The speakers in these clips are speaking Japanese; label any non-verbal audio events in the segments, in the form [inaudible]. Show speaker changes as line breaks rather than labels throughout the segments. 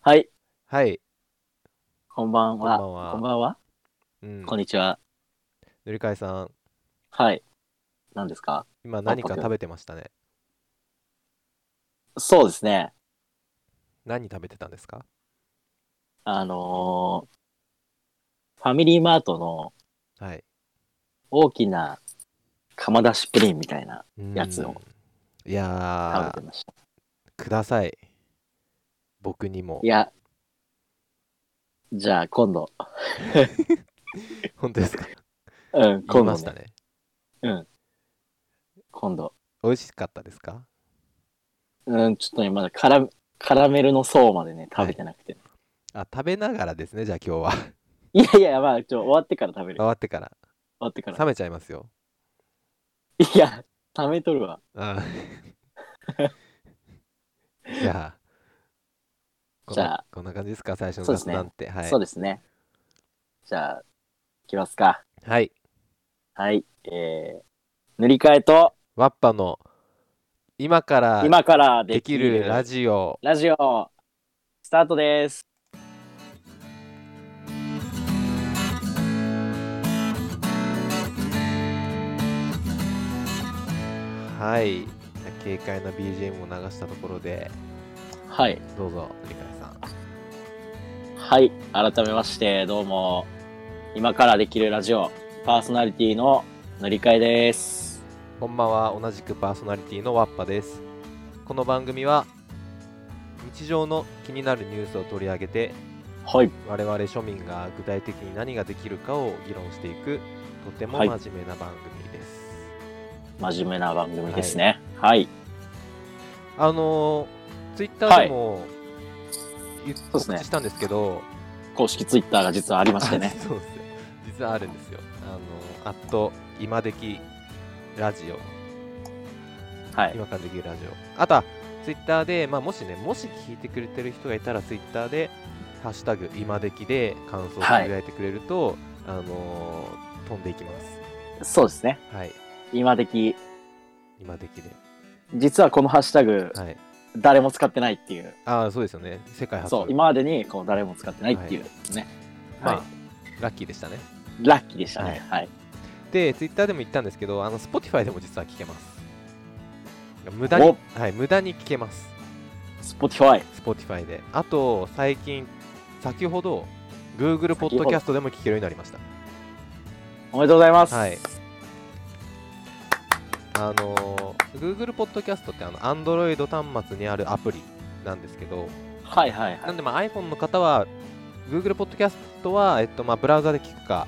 はい、
はい、
こんばんは。
こんばんは
こんばんは。
うん、
こんにちは。
塗り替えさん
はい。何ですか
今何か
僕
食べてましたね
そうですね。
何食べてたんですか
あのーファミリーマートの
はい
大きな釜出しプリンみたいなやつを
うんいや
食べてました。
ーください僕にも
いや、じゃあ今度、
本当ですか
うん、
言い
今度
ま
ね
した、ね
今度。
美味しかったですか
うん、ちょっとね、まだカラカラメルの層までね、食べてなくて。
あ食べながらですねじゃ
[laughs]
あ今日は
い、やいや、まあ、ちょ、終わってから食べる。
終
終
わってから
わってから。
冷めちゃいますよ
いや、食べとるわ。
うん
[laughs]
じゃあこん
じゃあ
なこんな感じですか最初の
そうです
雑
ね
談って、はい
そうですね。じゃあ、いきますか。
はい
はい。えー、塗り替えと、
ワッパの今から
今からで
で
き
き
る
るラジオ
ラジオ、スタートです。
はい軽快な BGM を流したところで
はい。
どうぞリカイさん
はい。改めまして、どうも、今からできるラジオ、パーソナリティの塗り替えです。
こんばんは同じくパーソナリティのワッパですこの番組は日常の気になるニュースを取り上げて
はい。
我々庶民が具体的に何ができるかを議論していくとても
はい
真面目な番組です、
真面目な番組ですね。はい。
あのツイッター Twitter でも、言っ
うですね
告知したんですけど
公式ツイッターが実はありましてね。
あ [laughs] そうですよ実はあるんですよあの「アット今できラジオ」
はい。
今からできるラジオ。あとは、ツイッターで、まあ、もしね、もし聞いてくれてる人がいたら、ツイッターで、ハッシュタグ、今できで感想をつぶやいてくれると、あのー飛んでいきます。
そうですね。
はい。
今的、
今できで。
実はこのハッシュタグ、
はい。
誰も使ってないっていう。
ああ、そうですよね。世界初。
そう、今までにこう誰も使ってないっていうね。
まあ、
は
ラッキーでしたね。
い。ラッキーでしたね。はい。
で、ツイッターでも言ったんですけど、あの、Spotify でも実は聞けます。無駄に、はい、無駄に聞けます。
Spotify。
Spotify で。あと、最近、先ほど、Google ポッドキャストでも聞けるようになりました。
おめでとうございます。
はい。あのー Google ポッドキャストってあの Android 端末にあるアプリなんですけど、
はいはいは
ないん。でまあ iPhone の方は Google ポッドキャストはえっとまあブラウザで聞くか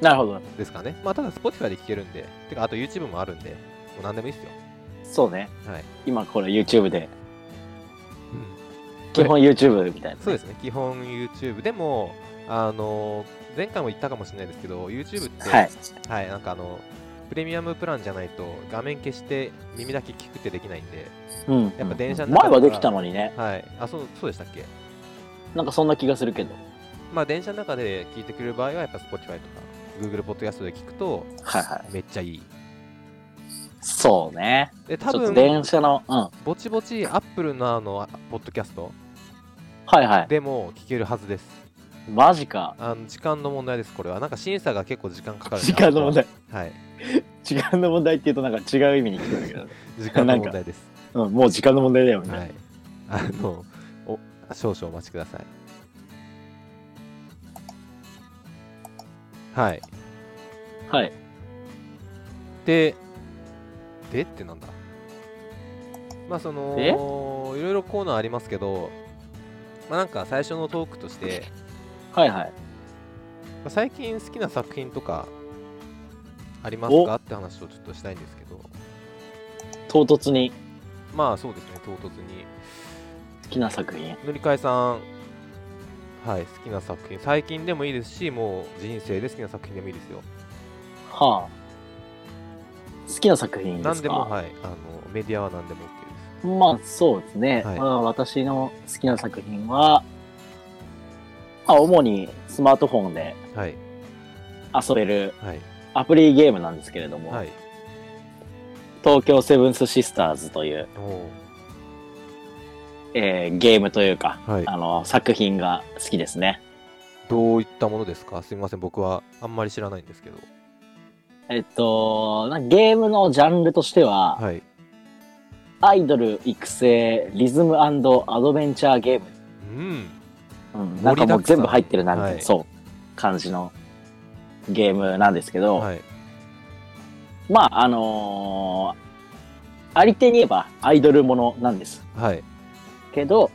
なるほど。
ですかね。まあただ Spotify で聞けるんで、てかあと YouTube もあるんで、もう何でもいいっすよ。
そうね。
はい。
今これ YouTube で。
うん、
基本 YouTube みたいな。
そうですね。基本 YouTube でもあのー前回も言ったかもしれないですけど、YouTube って、
はい。
はい、なんかあのプレミアムプランじゃないと画面消して耳だけ聞くってできないんで。
うん。
やっぱ電車の
前
中とか
はできたのにね。
はい、あそうそうでしたっけ、
なんかそんな気がするけど。
まあ、電車の中で聞いてくれる場合はやっぱ Spotify とか Google ポッドキャストで聞くと
はいは
めっちゃいい
い。そうね。
で
ちょ
多
っと
分
電車の、うん。は
ぼちぼち Apple のあのポッドキャスト
いはい。
でも聞けるはずです
マジか。
あの時間の問題ですこれはなんか審査が結構時間かかるんで
時間の問題。
はい
時間の問題っていうとなんか違う意味に聞こえるけど。
時間の問題です [laughs]
うん、もう時間の問題だよみたい
は
な。
いあのお少々お待ちくださいはい
はい。
で、でってなんだまあそ
え
の、いろいろコーナーありますけど、まあなんか最初のトークとして、
はいはい。
まあ最近好きな作品とかありますかって話をちょっとしたいんですけど、
唐突に
まあそうですね、唐突に。
好きな作品。
塗り替えさん、はい、好きな作品、最近でもいいですし、もう人生で好きな作品でもいいですよ。
はあ。好きな作品ですか
何でも、はい、あのメディアは何でも OK です。
まあそうですね。
はい
まあ私の好きな作品は、まあ主にスマートフォンで
はい、
遊べる
はい、
アプリゲームなんですけれども、
はい。
東京セブンスシスターズという
おー
えーゲームというか、
はい
あの、作品が好きですね。
どういったものですかすみません僕はあんまり知らないんですけど
えっと、なゲームのジャンルとしては、
はい
アイドル育成リズムアドベンチャーゲーム、
うん
うん、
盛
なん
りだ
かも
くさん
う全部入ってるなみたいな、
はい
そう感じのゲームなんですけど、
はい
まああのーあり手に言えばアイドルものなんです
はい
けど、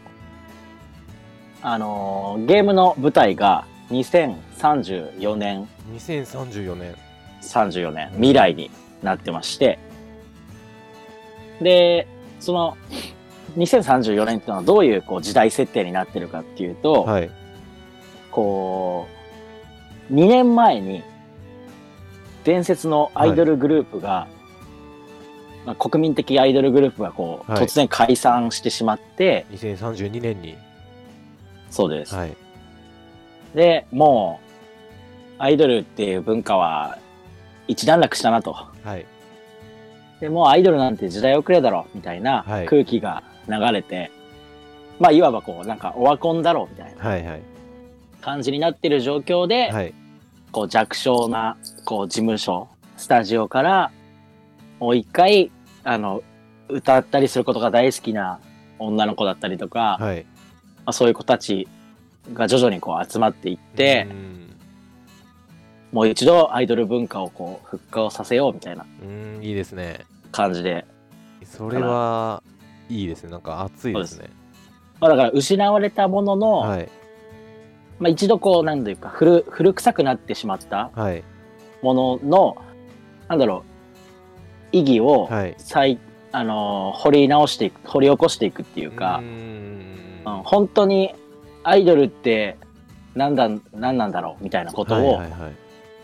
あのーゲームの舞台が2034年
2034年
34年未来になってまして、で、その、2034年ってのはどういうこう時代設定になってるかっていうと、
はい
こう、2年前に伝説のアイドルグループが、まあ、国民的アイドルグループがこう、
はい
突然解散してしまって、
2032年に
そうです。
はい
で、もう、アイドルっていう文化は一段落したなと。
はい
でもうアイドルなんて時代遅れだろみたいな
はい
空気が流れて、まあいわばこうなんかオワコンだろみたいな
はいはい
感じになってる状況で、
はい
こう弱小なこう事務所スタジオからもう一回あの歌ったりすることが大好きな女の子だったりとか、ま
はい
あ、そういう子たちが徐々にこう集まっていって
う、ん
もう一度アイドル文化をこう復活させようみたいな
うんいいですね
感じで
それはいいですねなんか熱いですね
まあ、だから失われたものの、
はい
まあ、一度こう何というか古古臭くなってしまった
はい
もののなんだろう意義を
はい
再、あのー掘り直していく掘り起こしていくっていうか
う、ん
うん本当にアイドルって何だ何なんだろうみたいなことを、
はいはいはい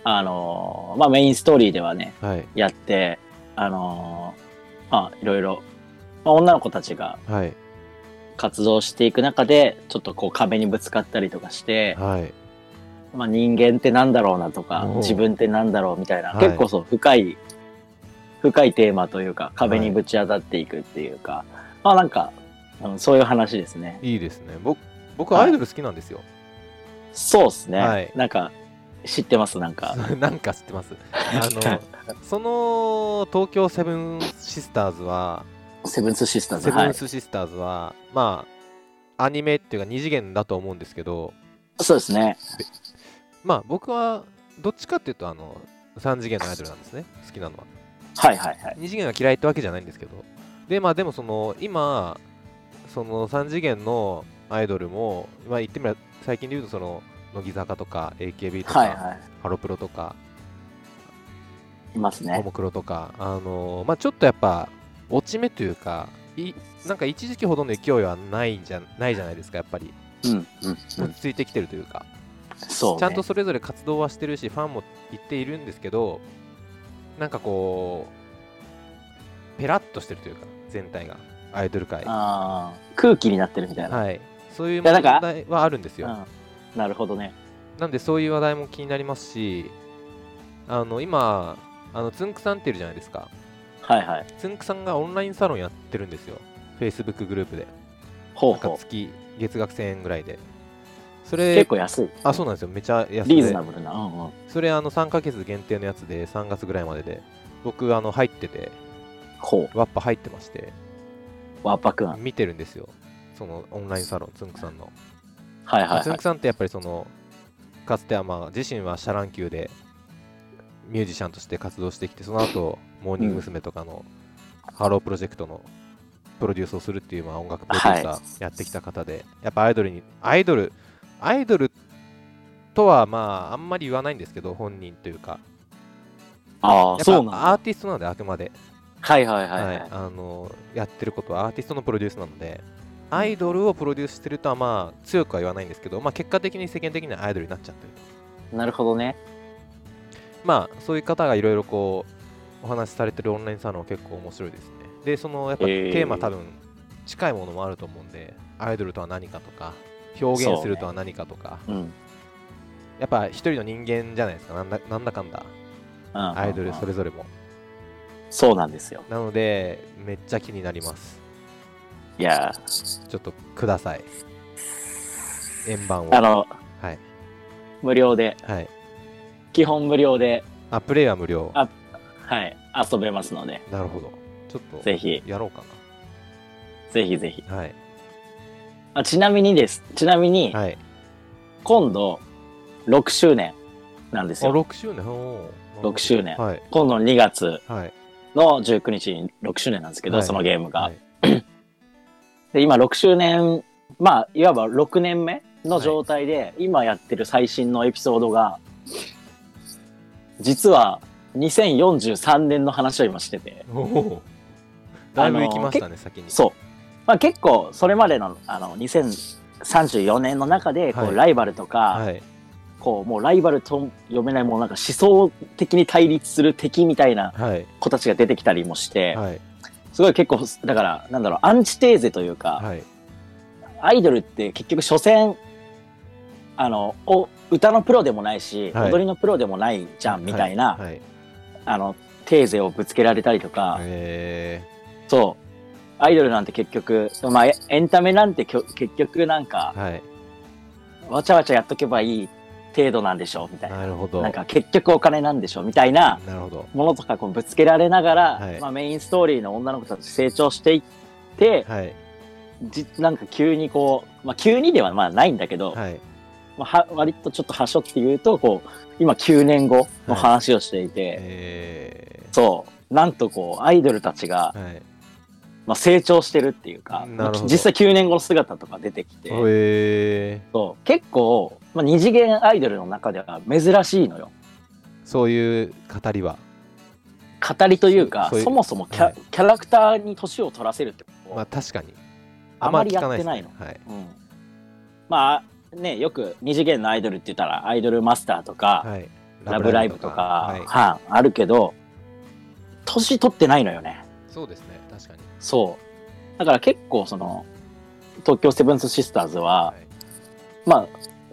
あのーまあ、メインストーリーではね
はい
やってあのーまあいろいろ、まあ、女の子たちが
はい
活動していく中でちょっとこう壁にぶつかったりとかして、
はい
まあ、人間ってなんだろうなとか
おう
自分ってなんだろうみたいな、
はい
結構そう深い深いテーマというか壁にぶち当たっていくっていうか、まあなんか、うんそういう話ですね
いいですね僕僕
はい
アイドル好きなんですよ
そうですね、
はい
なんか知ってますなんか
[laughs] なんか知っ
[laughs]
てますあのその東京セブンシスターズは
セブンスシスターズ
セブ
は
ン
い
スシスターズはまあアニメっていうか二次元だと思うんですけど
そうですね
まあ僕はどっちかっていうとあの3次元のアイドルなんですね好きなのは
はいはいはい
二次元が嫌いってわけじゃないんですけどでまあでもその今その3次元のアイドルもまあ言ってみれば最近で言うとその乃木坂とか AKB とか、
はいは
ハロプロとか
いいます
も
ね
もクロとかあのまあちょっとやっぱ落ち目というかいなんか一時期ほどの勢いはないんじゃないじゃないですかやっぱり
うんうんう
落
ん
ち着いてきてるというか、
そう、ね、
ちゃんとそれぞれ活動はしてるしファンも言っているんですけどなんかこうペラッとしてるというか全体がアイドル界
あー空気になってるみたいな、
はい、そういう
いやな
問
んか
題はあるんですよ。
うんなるほどね
なんでそういう話題も気になりますし、あの今、あのつんくさんっているじゃないですか。
はいはい
つんくさんがオンラインサロンやってるんですよ。Facebook グループで。
ほう
なんか
ほ
月、月額1000円ぐらいで。そうれ
結、構安い
あ、そうなんですよ。めちゃ安い。
リーズナブルな、うんうん、
それ、あの3ヶ月限定のやつで、3月ぐらいまでで、僕、あの入ってて、
ほ
ワッパ入ってまして、
うわっぱくんはい
見てるんですよ。そのオンラインサロン、つんくさんの。
はい
まあ
は
つん
い
くさんってやっぱりそのかつてはまあ自身はシャラン級でミュージシャンとして活動してきてその後モーニング娘。とかのハロープロジェクトのプロデュースをするっていうまあ音楽プロデューサ
は
ーやってきた方で、やっぱアイドルにアイドルアイドルとはまああんまり言わないんですけど本人というか
あ
や
あ
っ
そう
ぱ
なんだ
アーティストなのであくまで、
はいはいはいは。
はいいあのやってることはアーティストのプロデュースなのでアイドルをプロデュースしてるとはまあ強くは言わないんですけど、まあ、結果的に世間的にはアイドルになっちゃってると
なるほどね。
まあそういう方がいろいろこうお話しされてるオンラインサロンは結構面白いですねでそのやっぱ
えー
テーマ多分近いものもあると思うんで、アイドルとは何かとか表現するとは何かとか、
うんうん。
やっぱ一人の人間じゃないですかなんだなんだかんだア
ア
イドルそれぞれも
そうなんですよ。
なのでめっちゃ気になります
いや
ちょっとください円盤を
ーあの、
はい
無料で、
はい
基本無料で、
あプレイは無料
あはい、遊べますので、
なるほどちょっと
ぜひ、
やろうか
ぜひぜひ。
なはい
あちなみにです、ちなみに、
はい
今度、6周年なんです
あ
よ。
6周年おー
6周年。
はい
今度の2月
はい
の19日に6周年なんですけど、
はい
そのゲームが。
はい
で今6周年まあいわば6年目の状態で、今やってる最新のエピソードが実は2043年の話を今してて
おおだいぶ行きましたね先に
そう、まあ、結構それまでのあの2034年の中でこう、
はい
ライバルとか、
はい
こうもうライバルと呼べないもうなんか思想的に対立する敵みたいな
はい
子たちが出てきたりもして、
はい
すごい結構だからなんだろうアンチテーゼというか、
はい
アイドルって結局所詮あのお歌のプロでもないし、
はい
踊りのプロでもないじゃんみたいな、
はいはい
あのテーゼをぶつけられたりとか、
え
そうアイドルなんて結局、まあ、エエンタメなんてきょ結局なんか
ーはい
わちゃわちゃやっとけばいい程度なんでしょみたいな
なるほど
なんか結局お金なんでしょみたいな
なるほど
ものとかこうぶつけられながら、
はい
まあ、メインストーリーの女の子たち成長していって、
はい
じなんか急にこう、まあ、急にではまあないんだけど、
はい
まあ、は割とちょっと端折って言うとこう今9年後の話をしていて、
え
そうなんとこうアイドルたちが、
ーはい
まあ、成長してるっていうか、
なるほど
まあ実際9年後の姿とか出てきて、
え
そう結構、まあ、二次元アイドルの中では珍しいのよ
ーそういう語りは
語りというか
そ
そう
いう
もそもキャ,、
はい
キャラクターに年を取らせるってこと、
まあ確かに
あまり
聞かですね
やって
はい
うんまあねよく二次元のアイドルって言ったらアイドルマスターとか、
はい
ラブライブとか
はい
はいあるけど年取ってないのよね
そうですね確かに
そうだから結構その東京セブンスシスターズは、
い
まあ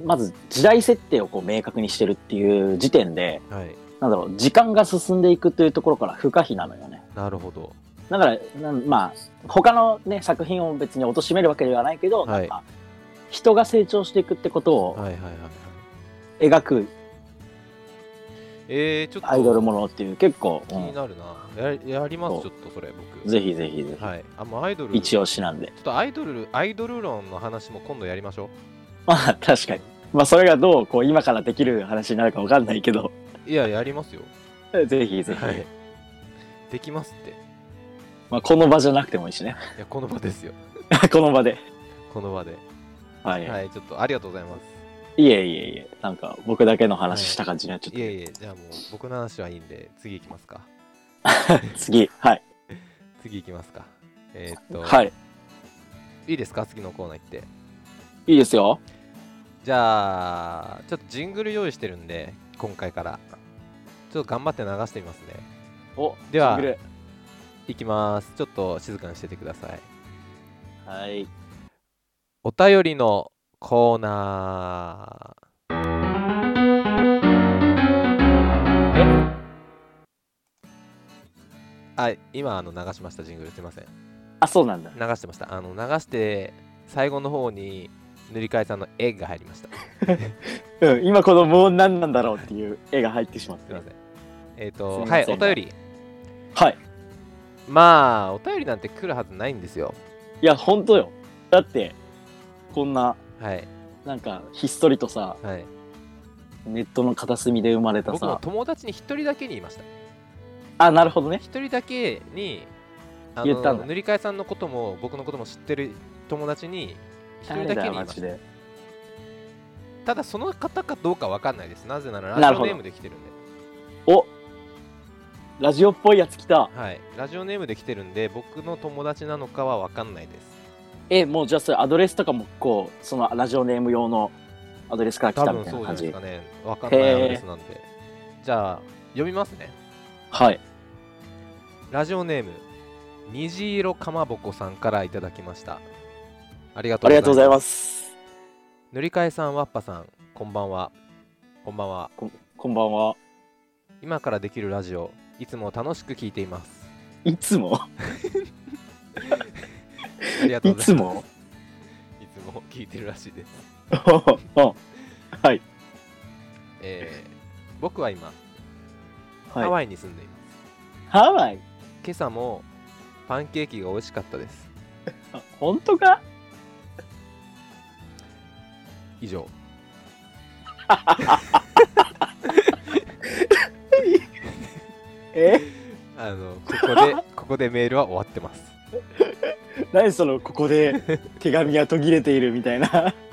まず時代設定をこう明確にしてるっていう時点で
はい
なんだろう時間が進んでいくというところから不可避なのよね
なるほど
だからなんまあ他のね作品を別に貶としめるわけではないけど、
はい
なんか人が成長していくってことを
はいはいはいはい
描く
えーちょっと
アイドルものっていう結構、
気
う
に
ん
なるなややりますち
そ
ょっとそれ僕
ぜひぜひぜひ、
はいあもうアイドル
一押しなんで [laughs]
ちょっとアイドルアイドル論の話も今度やりましょ
まあ確かに。まあそれがどうこう今からできる話になるかわかんないけど、 [laughs]
ういややりますよ
ぜひぜひ、
はい [laughs] できますってい
まあこの場じゃなくてもいいしね。 [laughs]
やこの場ですよ
この場で。
この場で
はい。、
はいいちょっとありがとうございます
いえいえいえ、なんか僕だけの話した感じになっちゃっ
い
て、
えいえじゃあもう僕の話はいいんで次行きますか
次、はい。
次行きますかえーっと、
はい。
いいですか次のコーナー行って
いいですよ。
じゃあちょっとジングル用意してるんで今回からちょっと頑張って流してみますね
お、
では
シングル
いきますちょっと静かにしててください
はい。
お便りのコーナーはい今あの流しましたジングルすいません
あ、そうなんだ。
流してましたあの流して最後の方に塗り替えさんの「え」が入りましたす
うん、今このもう何なんだろうっていう絵が入ってしまっ
い
て
ま
る。
[laughs] せんえっ、
す
と
いま
はい
せ
お
ん
便り
はい。
まあお便りなんて来るはずないんですよ
いや、本当よ。だって、こんな、
はい
なんか、ひっそりとさ、
はい
ネットの片隅で生まれた
僕も
さ。
友達に一人だけに言いました
あ、なるほどね。
一人だけにあの
言ったんだ
塗り替えさんのことも僕のことも知ってる友達に一人だけに言いま
マ
し
ジ
た
で。
ただその方かどうかわかんないですなぜなら
な
ラ
る
ジ
ほ
オ
ど
ネームで来てるんで
おラジオっぽいやつ来た。
はいラジオネームで来てるんで僕の友達なのかはわかんないです
え、もうじゃあそれアドレスとかもこう、そのラジオネーム用のアドレスから来
多
たみ
分
たい
そう
な
じゃ
感
ない
じ。
ですかねわかんない
へ
ア
ー
ドレスなんでじゃあ読みますね
はい。
ラジオネーム虹色かまぼこさんからいただきましたありがと
あ
う
りがとうご
ござ
ざ
い
い
ま
ますす。
塗り替えさんわっぱさんこんばんはこんばんは
こんばんは。
今からできるラジオ
[laughs]
いつも楽しく聞いています
いつも
ありがとう
い
ござ
つ
います。
も [laughs]
いつも聞いてるらしいです。
あはい。
えー僕は今、ハ
はい。
ワイに住んでいます。
ハワイ
今朝もパンケーキが美味しかったです。
あ本当か
以上。
え
あの、ここ
[laughs]
で、ここでメールは終わってます。
何そのここで手紙が途切れているみたい
[laughs]
な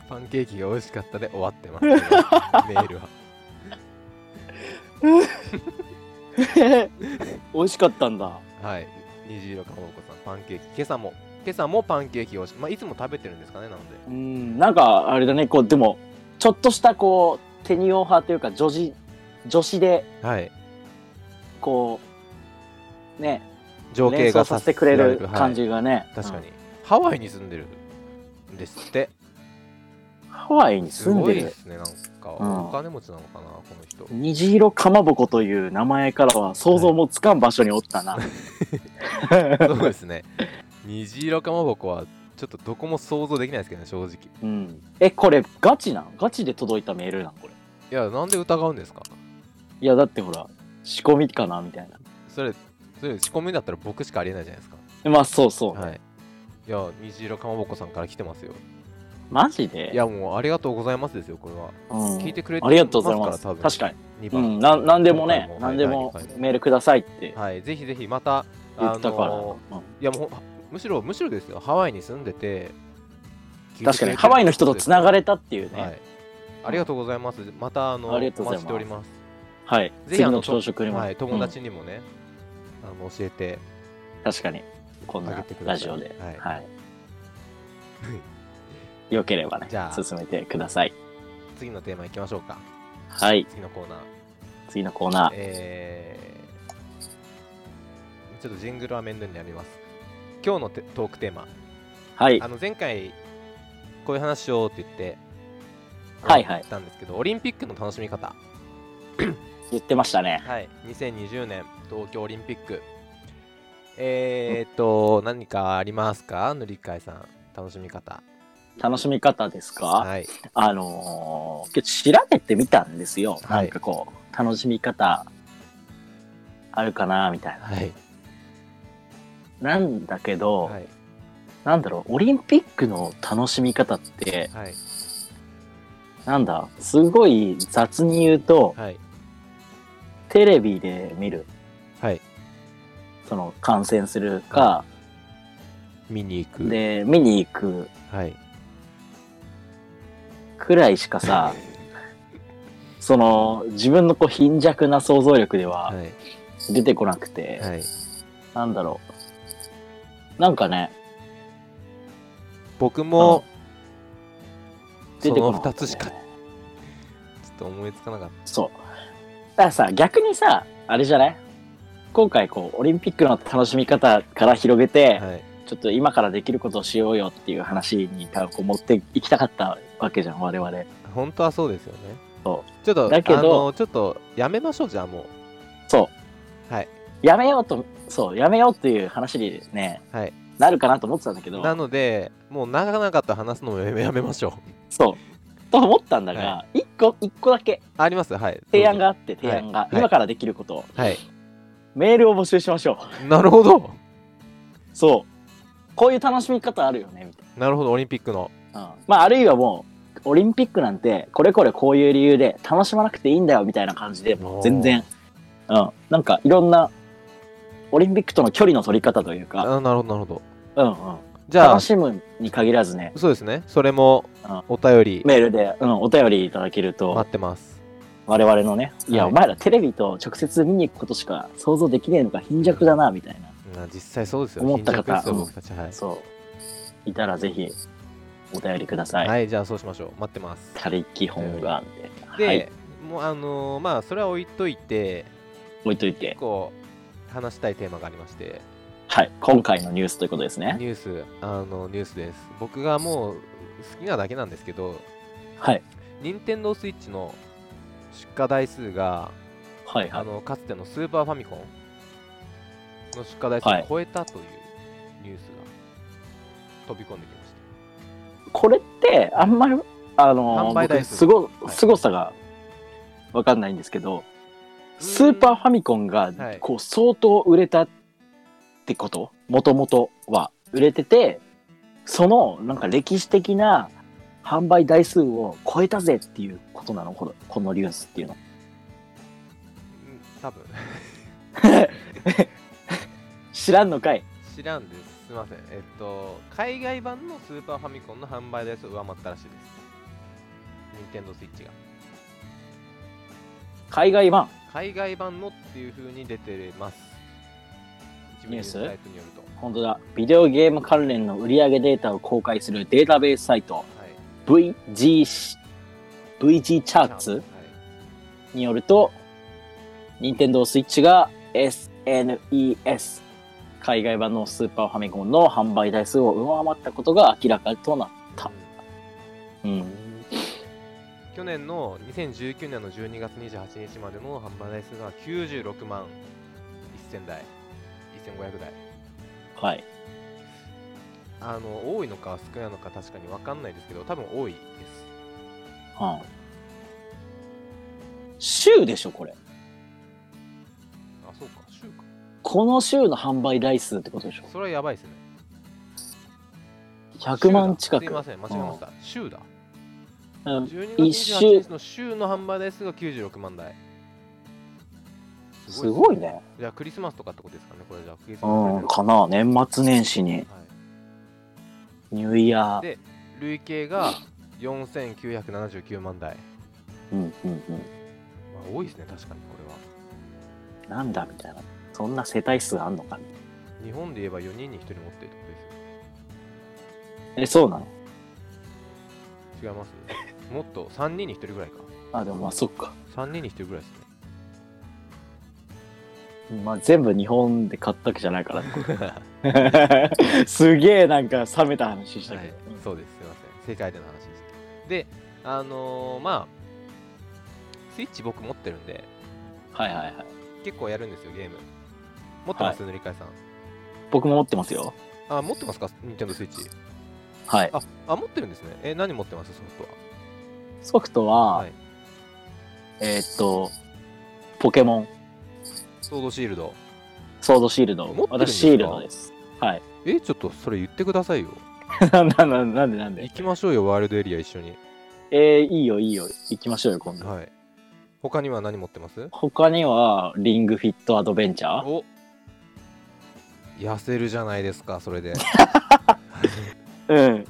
パンケーキが美味しかったで終わって
[laughs]
ます。メールは。
美味しかったんだ
はい。虹色かほうこさん、パンケーキ。今朝も、今朝もパンケーキをし、まあ、いつも食べてるんですかね、なので。
うんなんかあれだねこうでもちょっとしたこうテニオ派というか女子女子で
はい。
こうね
情景
連
が
想させてくれる感
は
じがね、
い確かに、ハワイに住んでるんですって。
うんハワイに
す
住ん
ご
で
いで
る
すね、なんか。
うん
お金持ちなのかな、この人。 [laughs]
虹色かまぼこという名前からは想像もつかん場所におったな、
そうですね。虹色かまぼこは、ちょっとどこも想像できないですけどね、正直。い
うん、えこれガチなんガチで届いたメールなんこれ
や、なんで疑うんですか
いやだってほら仕込みかなみたいな
それ、それ仕込みだったら僕しかありえないじゃないですか。
えまあそうそう、
はい。いや、虹色かまぼこさんから来てますよ。
マジで
いや、もうありがとうございますですよ、これは。
うん
聞いてくれて
ありがとうございます
から多分
確かに
2
うん、
番。
なんなんでもね、
今回
なんでも
はいはい
メールくださいって
はい、ぜひぜひまた、
言ったから、
の
うん
いやもうほんむしろ、むしろですよ、ハワイに住んでて、
確かにハワイの人とつなが
れ
れたっていう
て
ね、
は
はい
い、ありがとうございます。また、あの、
ありがとうございます
お待ちしております。ぜひ
次
あ
の
の
朝食にも、
はい、友達
う
にもね、あの教えて
ん確かにこん
あげ
な
てくだ
ラ
さ
ジ
い。
オで、
はい。
はい、よければね
じゃあ
進めてください
次のテーマいきましょうか。
はい
次のコーナー。
次のコーナー
えーちょっとジングルは面倒になります。今日のテトークテーマ、
はい
あの前回こういう話しようって言って、
はいはい
言ったんですけど、オリンピックの楽しみ方、
言ってましたね
はい、2020年東京オリンピック、えー、っと、何かありますか、塗り替えさん、楽しみ方。
楽しみ方ですか、
はい、
あのー今日調べてみたんですよ、
は
な
い
んかこう楽しみ方あるかなみたいな
はい、
なんだけど、
はい、
なんだろうオリンピックの楽しみ方って
はい、
なんだ、すごい雑に言うと、
はい、
テレビで見る、
はい、
その、観戦するか、
見に行く。
で、見に行く
はい、
くらいしかさ、その、自分のこう貧弱な想像力では
はい、
出てこなくて、
はい、
なんだろう。なんかね、
僕も、
出てこな
その
っ
2
たね
つしかちょっと思いつかなかっ
そう。だからさ、逆にさ、あれじゃない今回こう、オリンピックの楽しみ方から広げて、
た。はい。
ちょっと今からできることをしようよっていう話に多分こう持っていきたかったわけじゃん、我々。
本当はそうですよね。
そ
ちょっと、
だけど
あの、ちょっと、やめましょう、じゃあも
そう。
う。はい。
やめようと、そう、やめようっていう話にね、
はい
なるかなと思ってたんだけど、
なので、もう長々と話すのもやめやめましょう。
そう。と思ったんだが、一、個、一個だけ
ありますはい。
提案があって、提案が、
はい
今からできること、
どうぞ。はい。
メールを募集しましょ
なるほど。
う。そう。こういう楽しみ方あるよね、みたい
なるほど、オリンピックの。
な。うん。まあ、あるいはもう、オリンピックなんて、これこれこういう理由で楽しまなくていいんだよ、みたいな感じで、もう全然、うん。なんか、いろんな、オリンピックとの距離の取り方というか、
あなるほど、なるほど。
うんうん。
じゃあ
楽、しむに限らずね、
そうですね。それも
うん、
お便り、
メールで、うん、お便りいただけると、
待ってます。
我々のね、いや、
はい
お前らテレビと直接見に行くことしか想像できねえのか貧弱だな、みたいな。
うん実際そうですよ。
思った方
貧弱ですよ
うん
僕たち。はい。
そう。いたらぜひ、お便りください。
はい、じゃあそうしましょう。待ってます。
他力本願で。
で、
はい。
もう、あのーまあ、それは置いといて、
置いといて
結。構、話したいテーマがありまして。
はい。今回のニュースということですね。
ニュース、あのニュースです。僕がもう好きなだけなんですけど、
はい。
任天堂スイッチの出荷台数が、
はいは
あ
い。
のかつてのスーパーファミコンの出荷台
は
数
い
を超えたというニュース飛び込んできました
これってあんまりあの
販売台
僕
数
すご
はい
すごさがわかんないんですけど、スーパーファミコンが
はい
こう相当売れたってこともともとは売れててそのなんか歴史的な販売台数を超えたぜっていうことなのこのこのリュースっていうの。
うん多分 [laughs]
知らんのかい
知らんですすいませんえっと海外版のスーパーファミコンの販売台数を上回ったらしいです任天堂スイッチが
海外版
海外版のっていう風に出てます一部
ニュース
ニュースサイトによると
本当だビデオゲーム関連の売上データを公開するデータベースサイト
はい
VG, VG チャーツによると、任天堂スイッチが SNES 海外版のスーパーファミコンの販売台数を上回ったことが明らかとなっ
は
た
い。うん
うん。
去年の2019年の12月28日までの販売台数が96万1000台1500台
はい。
あの多いのか少ないのか確かに分かんないですけど多分多いです
うん。週でしょ、これ。
あそうか週か
この週の販売台数ってことでしょ。
それはやばいですね
100万近
週だ
く。
すいません間違えました週だ
うん。
12
一週
月28日の週の販売台数が96万台
すごいね。
じゃあクリスマスとかってことですかねこれじゃあクリス
う
マスプレゼ
ん。
ント
かな年末年始に、
はい
ニューイヤー。
で累計が4979万台、
うんうんうん。
まあ、多いですね確かにこれは
なんだみたいな。そんな世帯数あんのか
日本で言えば4人に1人持ってるってことで
え、
す
そうなの
よ違いますもっと3人に1人ぐらいか
あ、でもまあそっか。
3人に1人ぐらいですね
まあ、全部日本で買ったわけじゃないから
[laughs]
すげえなんか冷めた話した
は
け
い
ど、、
[laughs] そうです、すみません、世界での話です。で、あのーまあ、スイッチ僕持ってるんで、
はい、はいはいはい
結構やるんですよ、ゲーム。持ってます、塗り替えさん。
僕も持ってますよ
あ、持ってますか、ニンテンドスイッチ。
はい
あ、あ持ってるんですね。え、何持ってます、ソフト
ソフトは、
は。はい。
えーっとポケモン
ソードシールド。
ソードシールド
持ってるんですか
私シールドです [laughs] はい
え、ちょっとそれ言ってくださいよ。
なんだなんだなんでなんで
行きましょうよ、ワールドエリア一緒に。
えー、いいよいいよ行きましょうよ今度、
はい。他には何持ってます
他にはリングフィットアドベンチャー
お痩せるじゃないですか、それで。
うん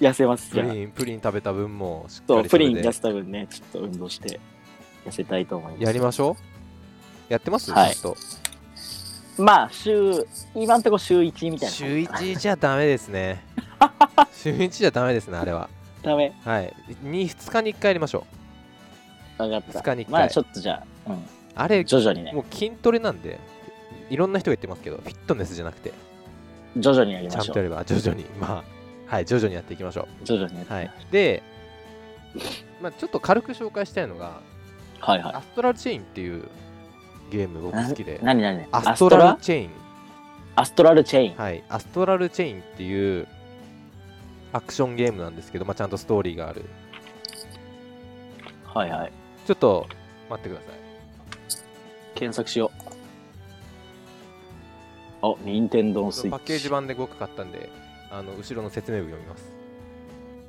痩せますじ
プ
ゃあ
リン、プリン食べた分もしっ
そ
か
う
り
プ
それ
リン
で
出した分ねちょっと運動して痩せたいと思います
やりましょうやってます
はい
ずっと
まあ週今んとこ週1みたいな
週1じゃダメで
[laughs]
すね週1じゃダメですねあれは
ダメ
はいに 2, 日に1回やりましょう
分かった。
二日に一回
まあちょっとじゃあ、う
あれ
ん、徐々にね、
もう筋トレなんでいろんな人が言ってますけどフィットネスじゃなくて
徐々にやり
ち
ま
ゃん
しょ
とや
う。
れば徐々にまあはい徐々にやっていきましょ
徐々にやって
うはい
[laughs]
で、まあ、ちょっと軽く紹介したいのが
はいは
[laughs] アストラルチェインっていうゲーム僕好きで
い。なになに
アストラルチェイン
アストラルチェイン。
はい、アストラルチェインっていうアクションゲームなんですけど、まあ、ちゃんとストーリーがある。
はいはい。
ちょっと待ってください。
検索しよう。あ、任天堂スイ
パッケー
ッ
ジ
チ。
版で僕買ったんで、あの後ろの説明文読みます。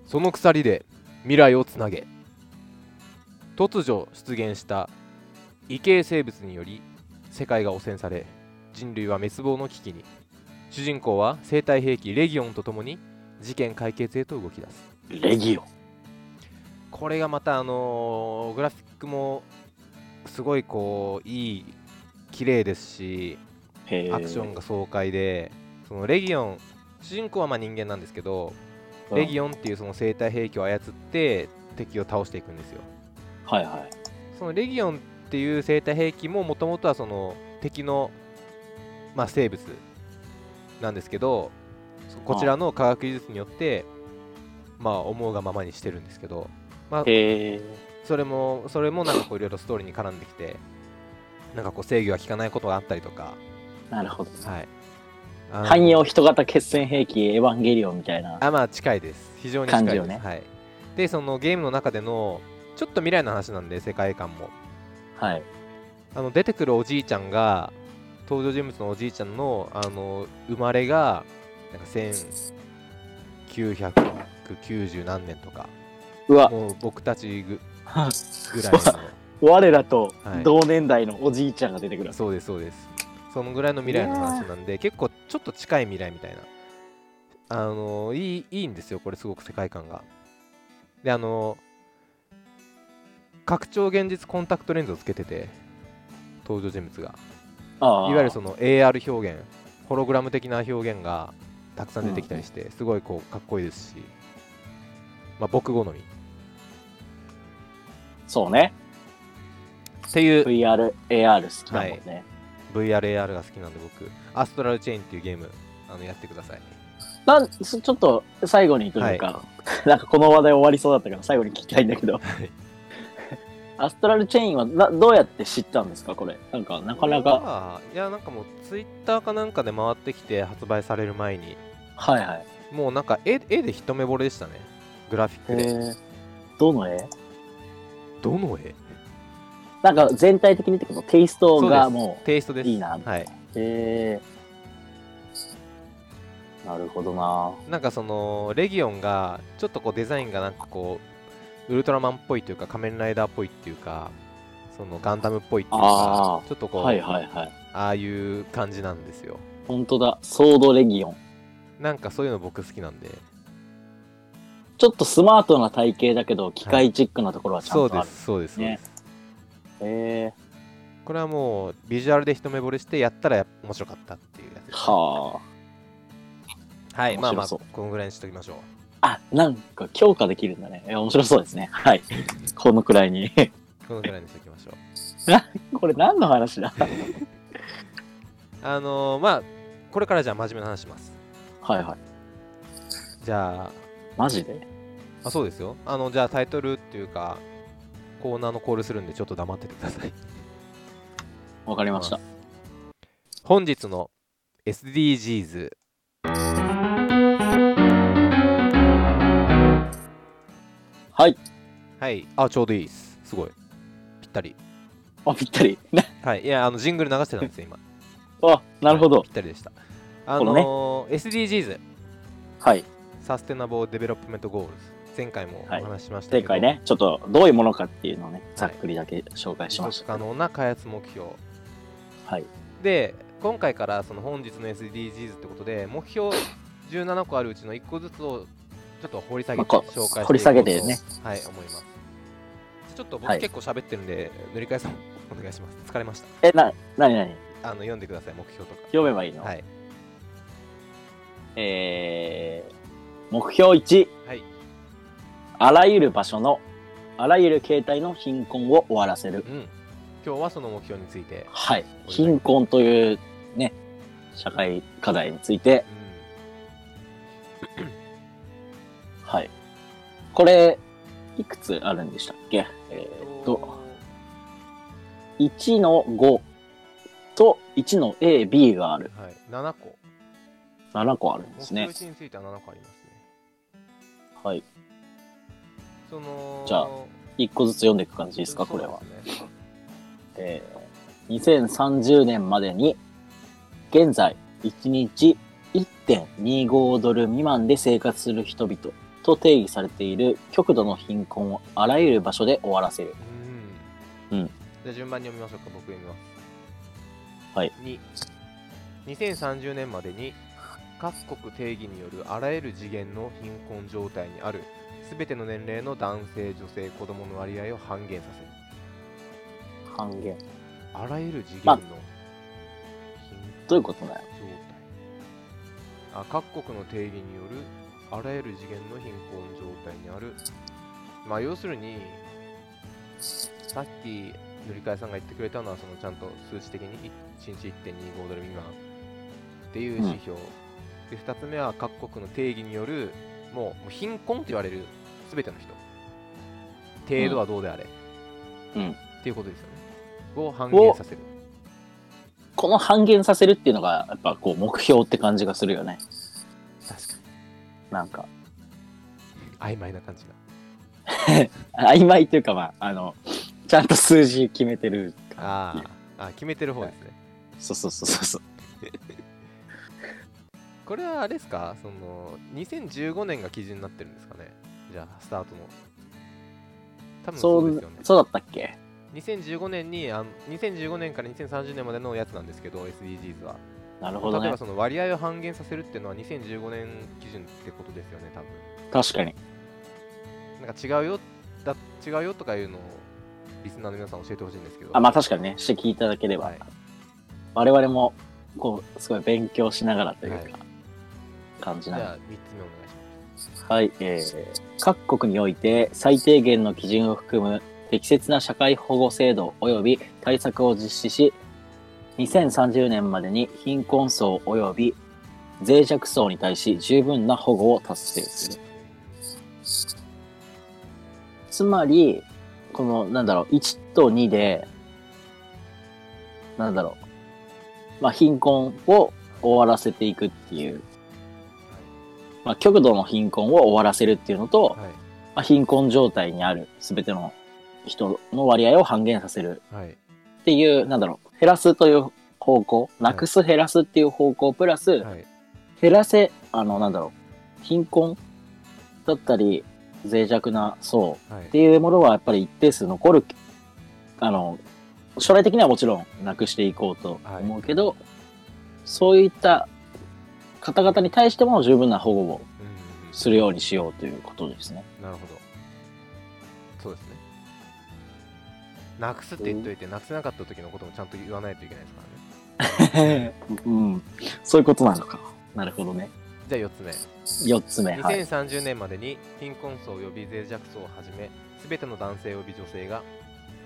その鎖で未来をつなげ。突如出現した異形生物により世界が汚染され、人類は滅亡の危機に。主人公は生態兵器レギオンとともに事件解決へと動き出す。
レギオン。
これがまたあのーグラフィックもすごいこういい綺麗ですし
へえ。
アクションが爽快で、そのレギオン主人公はまあ人間なんですけど、レギ
オン。
オンっていうその生態兵器を操って敵を倒していくんですよ
はいはい。
そのレギオンっていう生態兵器ももともとはその敵の、まあ、生物なんですけどそこちらの科学技術によってまあ思うがままにしてるんですけど、まあ、
へえ。
それもそれもなんかこういろいろストーリーに絡んできてなんかこう制御が効かないことがあったりとか
なるほど。
はいあの
汎用人型決戦兵器エヴァンゲリオンみたいな。
あまあ近いです非常に近いです
感じよね
はい、でそのゲームの中でのちょっと未来の話なんで世界観も
はい。
あの出てくるおじいちゃんが登場人物のおじいちゃんのあの生まれがなんか1990何年とか
うわ、
もう僕たちぐ [laughs]
[laughs]
ぐらい
我らと
はい
同年代のおじいちゃんが出てくる
の。そうですそうですそのぐらいの未来の話なんで結構ちょっと近い未来みたいなあのいいいいんですよこれすごく世界観がであの拡張現実コンタクトレンズをつけてて登場人物が
ああ
いわゆるその AR 表現ホログラム的な表現がたくさん出てきたりして、すごいこうかっこいいですし、まあ、僕好みっ
そうね。
ていう
VR、AR 好きだもんね。
VRAR が好きなんで僕アストラルチェインっていうゲームあのやってください
なんそちょっと最後にというか、 [laughs] なんかこの話題終わりそうだったから最後に聞きたいんだけど、
い
[laughs] アストラルチェインはなどうやって知ったんですかこれなんかなかなか
かいやなんかもうツイッターかなんかで回ってきて発売される前に
はいはい
もうなんか絵絵で一目惚れでしたねグラフィッ
へ
クで
ーどの絵
どの絵
なんか全体的にってことテイストが
そうです
も
テイストで
う
す
いいな
はい
へえなるほどな
なんかそのレギオンがちょっとこうデザインがなんかこうウルトラマンっぽいというか仮面ライダーっぽいっていうかそのガンダムっぽいっていう
あ
か
ー
ちょっとこう、
はいはいはい
ああいう感じなんですよ
本当だソードレギオン
なんかそういうの僕好きなんで
ちょっとスマートな体型だけど機械チックなところはちゃん
そう
と
で
ある、
すそうですそうで
へ
す、
え
これはもうビジュアルで一目惚れしてやったらや面白かったっていうやつです
はあ
はいまあまあ
面白
こ
そ
のぐらいにしときましょう
あ、なんか強化できるんだね。え面白そうですね。はい。このくらいに。 [laughs]
このぐらいにしときましょう
これ何の話だ
あのー、まあこれからじゃあ真面目な話します
はいはい。
じゃあ
マジで
あそうですよあのじゃあタイトルっていうかコーナーのコールするんでちょっと黙っててください
わかりました。
本日の SDGs
はい。
はいあちょうどいいですすごいぴったり
あ、ぴったり。ね
はいいやあのジングル流してたんですよ今
あ、なるほ
はい
ど
ぴっ。たりでしたあ
この
の
ね
ー SDGs
はい。
サステナボーデベロップメントゴールズ前回もお話ししましたけ
正
ど、
解ね。ちょっとどういうものかっていうのをね、ざっくりだけ紹介
持
しまし
続
た
可
けど。
能な開発目標
はい。
で今回からその本日の SDGs ってことで目標17個あるうちの1個ずつをちょっと掘り下げて
まあ
紹
こ
介していこうと
掘り下げてね
はい思いますちょっと僕
はい
結構喋ってるんで、塗り替えさんお願いします疲れまし
え、な、なになに
たあの読んでください目標とか
読めばいいの、
はい
えー、目標1、
はい
あらゆる場所の、あらゆる形態の貧困を終わらせる。
うん今日はその目標について
はい。貧困というね、社会課題について
う、ん
はい。これ、いくつあるんでしたっけえーっと、1の5と1の A、B がある。
はい7個
7個あるんで
目
すね
標。値については7個ありますね
はい。
その
じゃあ1個ずつ読んでいく感じですか、これは
そ。うですね
えー、2030年までに、現在、1日1.25ドル未満で生活する人々と定義されている極度の貧困をあらゆる場所で終わらせる。
うん。
うん
じゃあ順番に読みましょうか、僕読みます。
はい。
2、2030年までに、各国定義によるあらゆる次元の貧困状態にある、すべての年齢の男性、女性、子供の割合を半減させる。
半減。
あらゆる次元
ま
の
あ
貧困
どういうことだよ。
状態あ各国の定義によるあらゆる次元の貧困状態にあるまあ要するにさっき塗り替えさんが言ってくれたのはそのちゃんと数値的に1日1.25ドル未満っていう指標、で2つ目は各国の定義によるもうもう貧困と言われる全ての人程度はどうであれ、
うん
っていうことですよねを半減させる
この半減させるっていうのが、やっぱこう目標って感じがするよね。
確か
なんか、
に曖昧な感じが
曖昧というかまあ、あの、ちゃんと数字決めてる
あ
感じ。
ーあ決めてる方ですね
そうそうそうそうそう。
これはあれですかその2015年が基準になってるんですかねじゃあスタートの多分
そ
そううですよね
そうだったっけ
2015年にあの2015年から2030年までのやつなんですけど SDGs は
なるほど
例
ね
えば。その割合を半減させるっていうのは2015年基準ってことですよね多分
確かに。
なんか違うよだ違うよとかいうのをリスナーの皆さん教えてほしいんですけど
あ、まあ確かにね、指摘いただければ。
はい
我々も、こう、すごい勉強しながらというか、
はい
感じ
じ
な
ゃあ
ん
3
で
つ目お願いします
はい、えー各国において最低限の基準を含む適切な社会保護制度及び対策を実施し、2030年までに貧困層及び脆弱層に対し十分な保護を達成する。つまり、この、なんだろう、1と2で、なんだろう、まあ、貧困を終わらせていくっていう、まあ、極度の貧困を終わらせるっていうのと、
はい
まあ、貧困状態にある全ての人の割合を半減させる
はい、は
っ
い
ていう、なんだろう、減らすという方向、なくす減らすっていう方向、プラス、
はい
減らせ、あの、なんだろう、貧困だったり、脆弱な層
はい
っていうものはやっぱり一定数残る、あの、将来的にはもちろんなくしていこうと思うけど、そういった方々に対しても十分な保護を
うんうんうん
するようにしようということですね。
なるほど。そうですね。なくすって言っといて、なくせなかった時のこともちゃんと言わないといけないですからね。
うん、そういうことなのか。なるほどね。
じゃあ4つ目。
4つ目。はい。
2030年までに貧困層及び脆弱層をはじめ、すべての男性及び女性が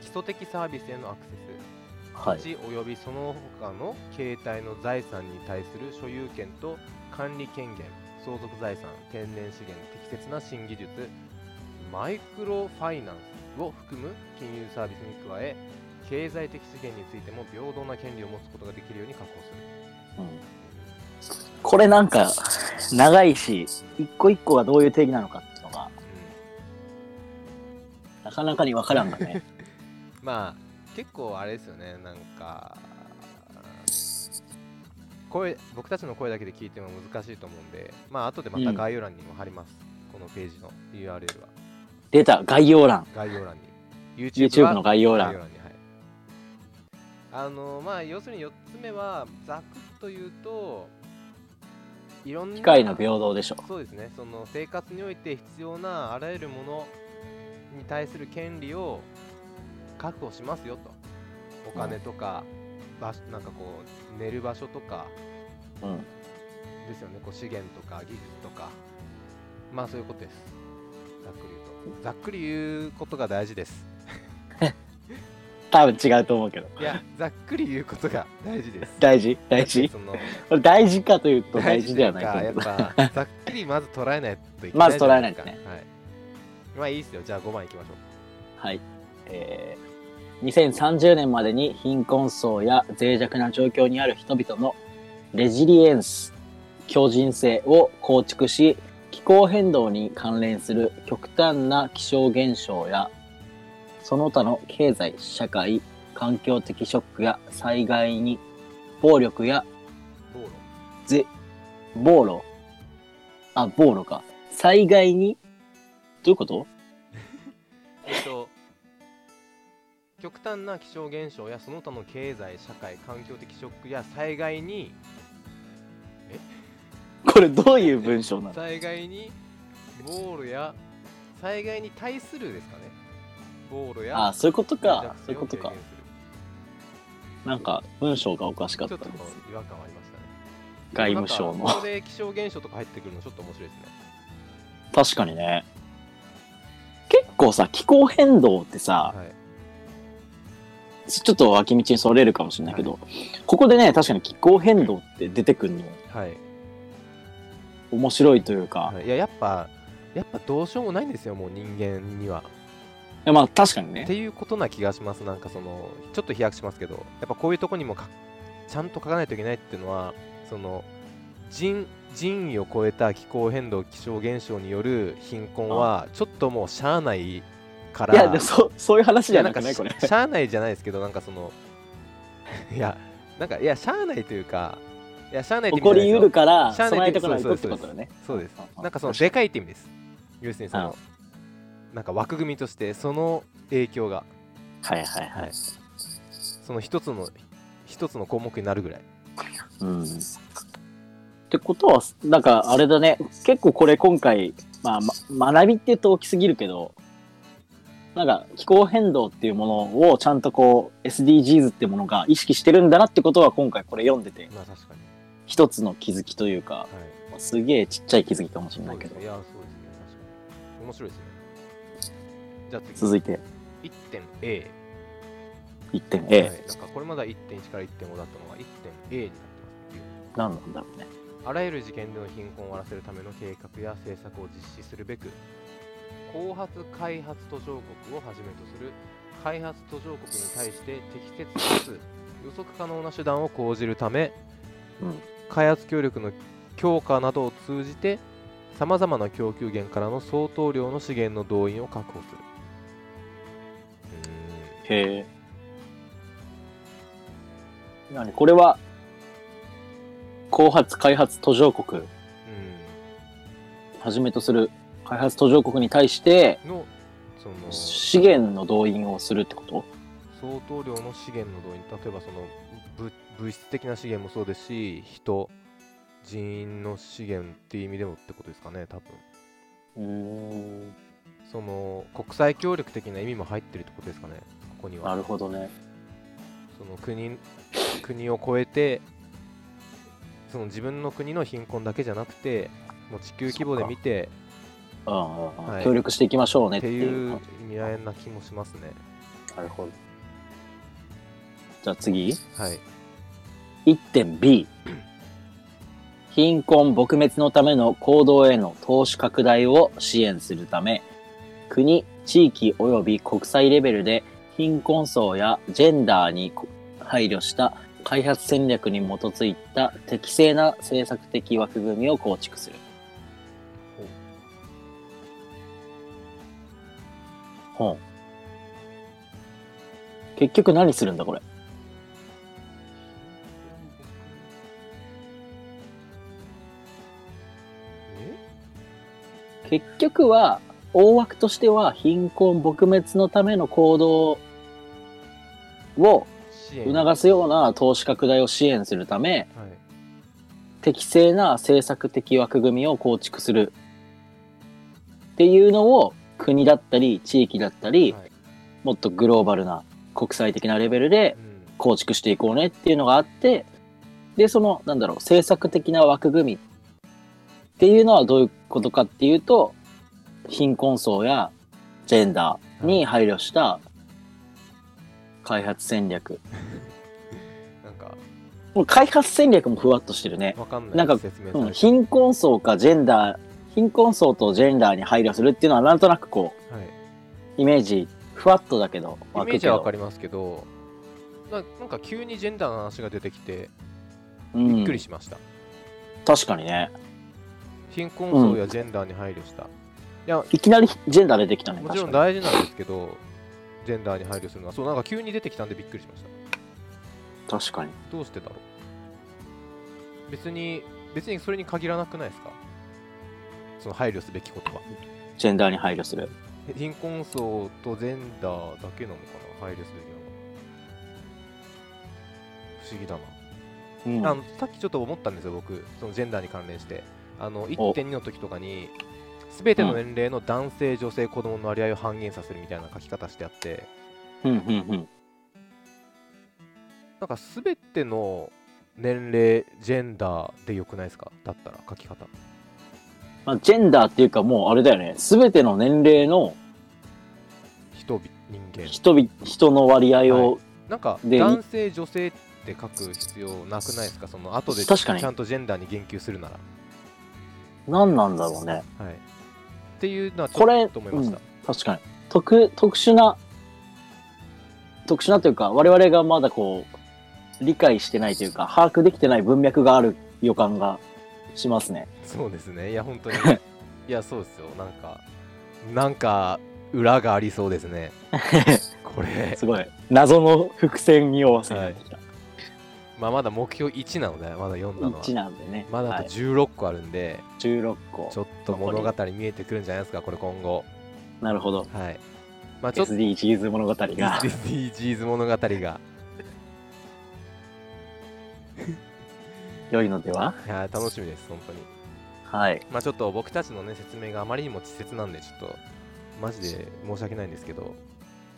基礎的サービスへのアク
はい
セス、土地及びその他の形態の財産に対する所有権と管理権限、相続財産、天然資源、適切な新技術、マイクロファイナンスを含む金融サービスに加え、経済的資源についても平等な権利を持つことができるように確保する。
うんこれなんか、長いし、一個一個がどういう定義なのかっていうのが、
う
なかなかにわからんが [laughs] ね。
ん、まあ、結構あれですよね、なんか、声僕たちの声だけで聞いても難しいと思うんで、まあ後でまた概要欄にも貼ります、このページの URL は。
出た、概要欄。
概要欄に。
YouTube の概要
概
欄。
要欄にはいあのまあ要するに4つ目はざくっと言うといろんな
機械の平等でしょ。
そうですねその生活において必要なあらゆるものに対する権利を確保しますよとお金とか、場所なんかこう寝る場所とか
うん。
ですよねこう資源とか技術とかまあそういうことですざっくり言うとざっくり言うことが大事です
多分違うと思うけど。[laughs]
いや、ざっくり言うことが大事です。
大事大事 [laughs]
その
これ大事かというと大事ではないと
大事
思う
と
けど。
うかやっぱ、ざっくりまず捉えないといけない。
まず捉えないとね。
はい。まあいいですよ。じゃあ5番いきましょう。
はい。えー、2030年までに貧困層や脆弱な状況にある人々のレジリエンス、強靭性を構築し、気候変動に関連する極端な気象現象や、その他の経済、社会、環境的ショックや災害に暴力や
道路。
ぜ、暴露あ、暴露か。災害に、どういうこと
えっと、極端な気象現象やその他の経済、社会、環境的ショックや災害に、
これどういう文章なの
災害に、暴露や、災害に対するですかね。暴露や、
あ、そういうことか。そういうことか
脆弱性を軽減。する
なんか文章がおかしかっ
ちょ
た
っと
です
こう違和感はありましたね。
外務省
なんか
の
ここで気象現象とか入ってくるのちょっと面白いですね。
確かにね結構さ気候変動ってさ
はい。
ちょっと脇道にそれるかもしれないけど、ここでね確かに気候変動って出てくるの
はい。
面白いというか、
いや、やっぱ、やっぱどうしようもないんですよ、もう人間には。
いやまあ確かに
っ
ね
ていうことな気がします。なんかその、ちょっと飛躍しますけど、やっぱこういうとこにもかちゃんと書かないといけないっていうのはその人人為を超えた気候変動気象現象による貧困はちょっともうしゃあないか
い
ら
やでもそうそういう話じゃなく
[laughs] い
な
や
いこ
ん
れ
かししゃあないじゃないですけどなんかそのいやなんかいやしゃあないというかいやしゃあないって
起
意
こ
味じゃな
り
いですよ
うるから
社内で
備えてこないとってことだね
そうです
ああ
なんかその
確かに
でかいって意味です要するにそのなんか枠組みとしてその影響が
はいはいはい、
はいその一つの一つの項目になるぐらい
うんってことはなんかあれだね結構これ今回、まあ、ま学びって言うと大きすぎるけどなんか気候変動っていうものをちゃんとこう SDGs っていうものが意識してるんだなってことは今回これ読んでて
まあ確かに
一つの気づきというか
はい
すげえちっちゃい気づきかもしれないう
そで
け
す
ど、
ねいやそうですね確かに面白いですねじゃあ次
続いて
1.A
1点
は
A、
い、なんかこれまだ1.1から1.5だったのが 1.A になってますね
何なんだろうね
あらゆる事件での貧困を終わらせるための計画や政策を実施するべく後発開発途上国をはじめとする開発途上国に対して適切かつ予測可能な手段を講じるため
うん
開発協力の強化などを通じてさまざまな供給源からの相当量の資源の動員を確保する
へえ何これは後発開発途上国
うー
はじめとする開発途上国に対して
んうんのその
資源の動員をするってこと
相当量の資源の動員例えばその物物質的な資源もそうですし人人員の資源っていう意味でもってことですかね多
う
分
ん
その国際協力的な意味も入ってるってことですかねここに
な
は
るほどね
その国 [coughs] 国を超えてその自分の国の貧困だけじゃなくてもう地球規模で見て
うんうんうん、
はい
協力していきましょうね
っ
って
て
いう
いう
感じ
意味合いな気もしますね
なるほどじゃあ次
はい
1点 B 貧困撲滅のための行動への投資拡大を支援するため国地域及び国際レベルで貧困層やジェンダーに配慮した開発戦略に基づいた適正な政策的枠組みを構築する
ほう。
ほう結局何するんだこれ。
え
結局は大枠としては貧困撲滅のための行動を
支援
促すような投資拡大を支援するため
はい
適正な政策的枠組みを構築するっていうのを国だったり地域だったり
はい
もっとグローバルな国際的なレベルで
うん
構築していこうねっていうのがあってでそのなんだろう政策的な枠組みっていうのはどういうことかっていうと貧困層やジェンダーに配慮した開発戦略
なんか
もう開発戦略もふわっとしてるね、
わかんない
なんか
説明さ
う
れ
ん、
て
貧困層かジェンダー貧困層とジェンダーに配慮するっていうのはなんとなくこ
はい、
うイメージふわっとだけど
イ
湧
メ
く
ー
け
ジは
ど
わかりますけどななんか急にジェンダーの話が出てきて
うん
びっくりしました、
確かにね
貧困層やジェンダーに配慮した、いや
いきなりジェンダー出てきたね
もちろ
確
ん
かに
大事なんですけどジェンダーに配慮するのはそうなんか急に出てきたんでびっくりしました
確かに
どうしてだろう別に別にそれに限らなくないですかその配慮すべきことは
ジェンダーに配慮する
え貧困層とジェンダーだけなのかな配慮すべきなの不思議だな
うん
あのさっきちょっと思ったんですよ、僕、そのジェンダーに関連して、あの1.2の時とかに、すべての年齢の男性、女性、子供の割合を半減させるみたいな書き方してあって、
うんうん
なんかすべての年齢、ジェンダーでよくないですか、だったら書き方。
まあ、ジェンダーっていうかもうあれだよね全ての年齢の
人々、人間。
人々人の割合を、
なんか
で
男性、女性って書く必要なくないですか、その後で
確かに
ちゃんとジェンダーに言及するなら。
何なんだろうね
はい、っていうのはち
こ
ょ
れ
っと思いました。
確かに特特殊な特殊なというか我々がまだこう理解してないというか、把握できてない文脈がある予感がしますね。
そうですねいや本当にいやそうですよなんかなんか裏がありそうです
[laughs]
ねこれ、
すごい。謎の伏線に合わせてきた。
まあ、まだ目標1なのでまだ読んだの
1
は
なんでね。
まだあ
は
と
い、
16個あるんで、
16個
ち。ょっと物語見えてくるんじゃないですかこれ今後
なるほど。
はいまあちょっと
SDGs 物語が。
SDGs 物語が
良いのではい
や楽しみです本当に
はい。
まあちょっと僕たちのね説明があまりにも稚拙なんでちょっとマジで申し訳ないんですけど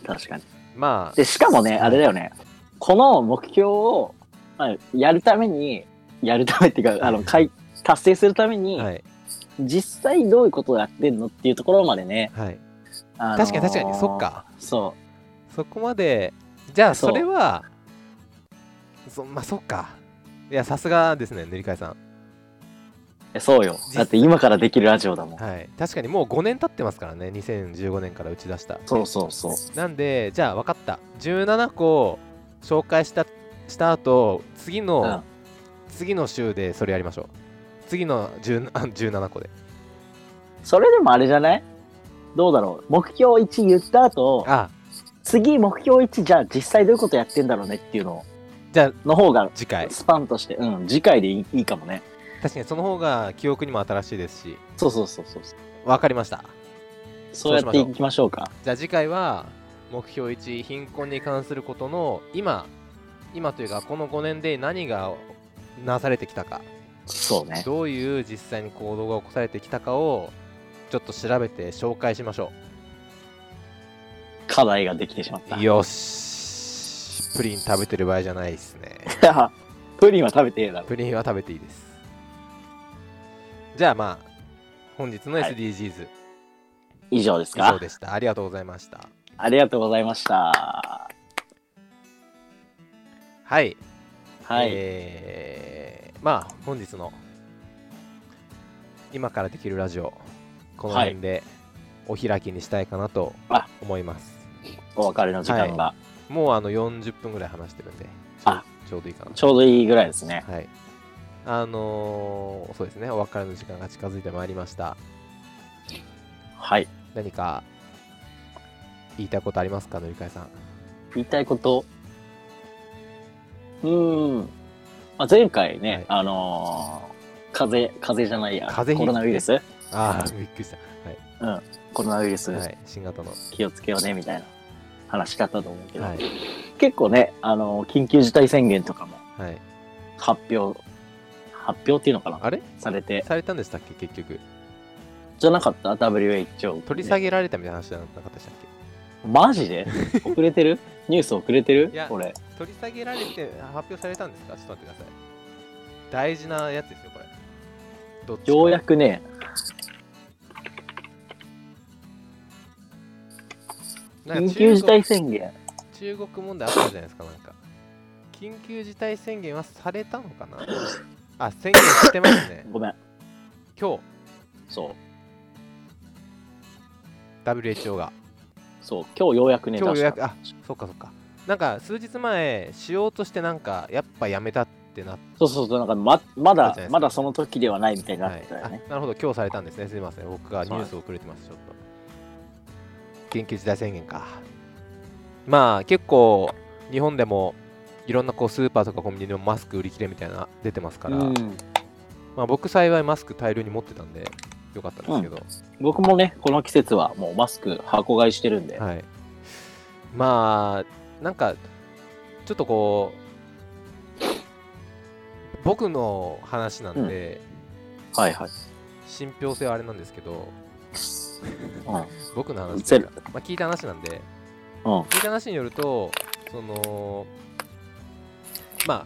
確かに。
まあ
で、しかもね、あれだよね。この目標を、まあ、やるために、やるためっていうか、あの、かい達成するために、
はい
実際どういうことをやってんのっていうところまでね。
はい
あのー
確かに確かにそっ。か
そ
そこまでじゃあ
そう
それはそまあそっかいやさすがですね塗り替えさん
うえ。そうよ。だって今からできるラジオだもん。
はい確かにもう5年経ってますからね2015年から打ち出した
そうそうそう。
なんでじゃあ分かった17個紹介したした後次の、
うん
次の週でそれやりましょう次の10あ17個で
それでもあれじゃないどうだろう目標1言った後、
あ
次目標1じゃあ実際どういうことやってんだろうねっていうの
じゃあ
の方が
次回
スパンとして、うん、次回でいいいいかもね。
確かにその方が記憶にも新しいですし
そうそうそうそう。
分かりました
そうやっていきましょうか。
じゃあ次回は目標1貧困に関することの今今というかこの5年で何がなされてきたか
そうね。
どういう実際に行動が起こされてきたかをちょっと調べて紹介しましょう
課題ができてしまった。
よしプリン食べてる場合じゃないですね
[laughs] プリンは食べてえだろ。
プリンは食べていいですじゃあまあ本日の
はい
SDGs
以上です
以上
か
でした、ありがとうございました
ありがとうございました。
はい、
はい。
えーまあ本日の今からできるラジオこの
はい
辺でお開きにしたいかなと
あ
思います、
お別れの時間が
もうあの40分ぐらい話してるんでちょ
あ
ちょうどいいかな
ちょうどいいぐらいですね。
はい。あのーそうですね、お別れの時間が近づいてまいりました。
はい。
何か言いたいことありますか、のりかえさん。
言いたいこと。うーん。まあ、前回ね、
はい
あのー風邪、風邪じゃないや。
風邪ひいて
コロナウイルス
ああ、びっくりした。
コロナウイルス
はい、新型の。
気をつけようね、みたいな話だったと思うけど、
はい。
結構ね、あのー緊急事態宣言とかも
はい、
発表、発表っていうのかな
あれ
されて、
されたんでしたっけ、結局。
じゃなかった ?WHO。
取り下げられたみたいな話じゃなかったでしたっけ。
マジ
[laughs]
で遅れてるニュース遅れてる
いや
これ。
取り下げられて発表されたんですか、ちょっと待ってください。大事なやつですよ、これ。どっちか
ようやくね、
なん
緊
か
急事態
中
宣言。
国中国問題あったじゃないですか、なんか。緊急事態宣言はされたのかなあ、宣言してま
[coughs]
すね。
ごめん。
今日
そう。
WHO が
そう。今日ようやくね、
今日予約
出
あ
した
そっかそっかなんか数日前しようとしてなんかやっぱやめたってなっ
そうそうそう、なんかまま
そうじゃない
だ
です、か
まだその時ではないみたいに
た、
なっ
は
て
い
たよね。
あなるほど今日されたんですねすいません僕がニュースをくれてますちょっと緊急事態宣言かまあ結構日本でもいろんなこうスーパーとかコンビニのマスク売り切れみたいな出てますから、
うん、
まあ、僕幸いマスク大量に持ってたんでよかったんですけど、
僕もね、この季節はもうマスク箱買いしてるんで、
はい、まあなんかちょっとこう僕の話なんで、
はいはい。
信憑性はあれなんですけど
う
僕の話
ゼ
という
ロ
か、まあ、聞いた話なんで
ん。うん。
聞いた話によるとそのまあ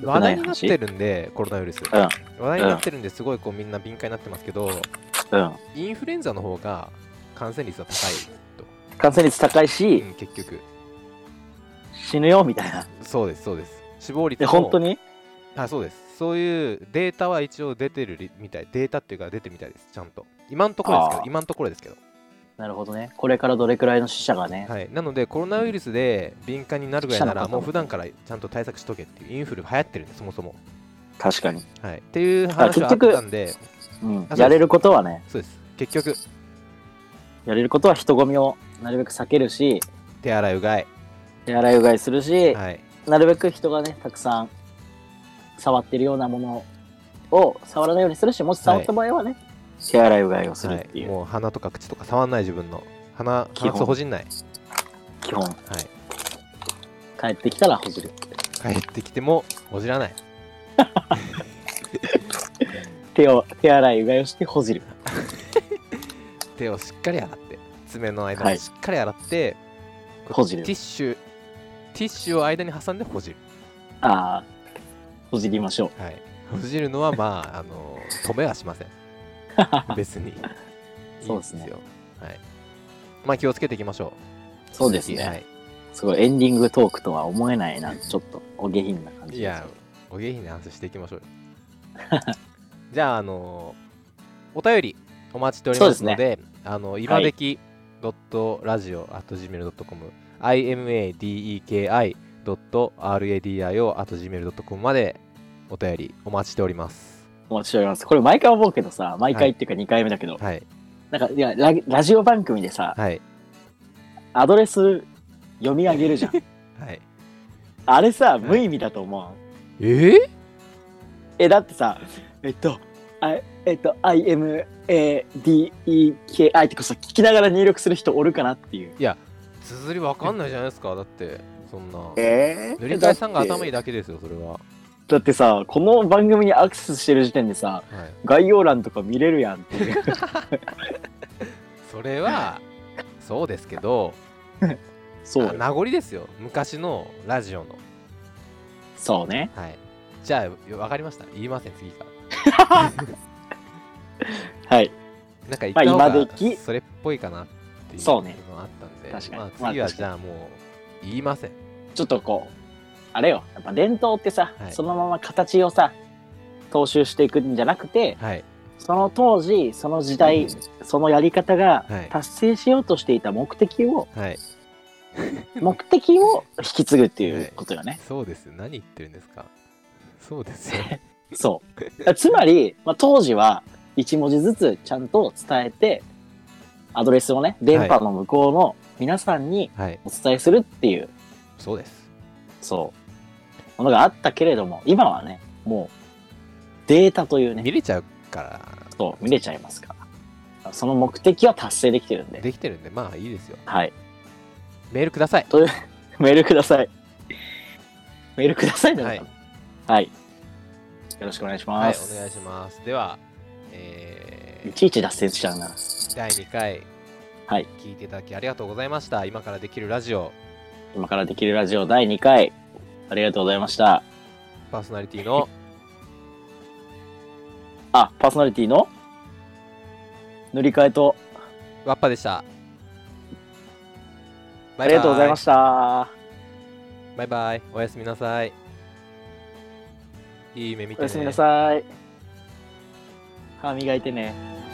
く
話
ない話
題になってるんでコロナウイルス、
ん
話題になってるんですごいこうみんな敏感になってますけど
うん。
インフルエンザの方が感染率は高いと、
感染率高いうし、
ん結局
死ぬよみたいな。
そうですそうです死亡率
え、
も
本当に
あそうですそういうデータは一応出てるりみたいデータっていうか出てるみたいですちゃんと今のところですけ
あ
ど
ー
今のところですけど
なるほどね。これからどれくらいの死者がね。
はい、なのでコロナウイルスで敏感になるぐらいな
記者の
ら
方も
もう普段からちゃんと対策しとけっていうインフル流行ってるんでそもそも、
確かに。
はい、っていう話はあ
あ結局
ったんで
うん
あ。
やれることはね、
そうです結局
やれることは人混みをなるべく避けるし、
手洗いうがい、
手洗いうがいするし、
はい、
なるべく人がね、たくさん触ってるようなものを触らないようにするし、もし触った場合はね、手洗いうがいをするって
はい、
いう、
もう鼻とか口とか触んない自分の鼻
基本
鼻くそほじんない、
基本、
は
帰ってきたらほじる。
い、帰ってきてもほじらない
手を、手洗いうがいをしてほじる。
手をしっかり洗って爪の間
は
を
い
しっかり洗って、こう
ほじる
ティッシュティッシュを間に挟んでほじる、
ああ、ほじりましょう。
はい、ほじるのはまああの止めはし
[laughs]
ません別に
そうですね
いいんよはいまあ気をつけていきましょう
そうです
はい
ね。すごい、エンディングトークとは思えないな、ちょっとお下品な感じ
い
で
や
す。、
お下品な話していきましょうよ。 [laughs] じゃあ、あのお便りお待ちしておりますので、あの、今でき .radio.gmail.com、imadeki.radio.gmail.com までお便りお待ちしております。
お待ちしております。これ毎回思うけどさ、毎回っていうか2回目だけど、
はい。
なんか、いやラ、ラジオ番組でさ、
はい。
アドレス読み上げるじゃん。
はい、
あれさ、無意味だと思う。
えー、
え、だってさ、えっと、あえっと、IMADEKI ってこそ聞きながら入力する人おるかなっていう。
綴りわかんないじゃないですか、だって、そんな。
え
塗り替えさんが頭いいだけですよ、それは。は
だってさ、この番組にアクセスしてる時点でさ、
い。
概要欄とか見れるやんっていう。
それは、そうですけど、
そう
あ
よ。
名残ですよ昔のラジオの
そうね。
はいじゃあ分かりました言いません次から
はい。
なんか言っ
まあ
た方
今
が
時
それっぽいかなっていう
そうね
のがあったんで
確かに
まあ、
まあ
次は
確かに
じゃあもう言いません
ちょっとこう、あれよ。やっぱ伝統ってさ、
はい
そのまま形をさ、踏襲していくんじゃなくて、
はい
その当時、その時代、そのやり方が
はい
達成しようとしていた目的を、
はい
目的を引き継ぐっていうことよね。
そうですよ何言ってるんですかそうですよ
そう。 [laughs] つまり、まあ、当時は1文字ずつちゃんと伝えて、アドレスをね、電波の向こうの皆さんに
はい
お伝えするっていう、
そうです
そう、ものがあったけれども、今はね、もうデータというね、
見れちゃうから
そう見れちゃいますから、その目的は達成できてるんで、
できてるんでまあいいですよ
はい。
メールください
[laughs] メールください。メールくださいね。
はい
なんかはい。よろしくお願いし
は
ま
い
す。
お願いしますではえー
いちいち脱線しちゃうな。
第2回、
はい
聞いていただきありがとうございました今からできるラジオ
今からできるラジオ第2回、ありがとうございました。
パーソナリテ
[laughs]
ィの
あ、パーソナリティの塗り替えと、
わっぱでした
ありがとうございました。
バイバイおやすみなさいいい夢見て
お
ね
やすみなさい。歯磨いてね。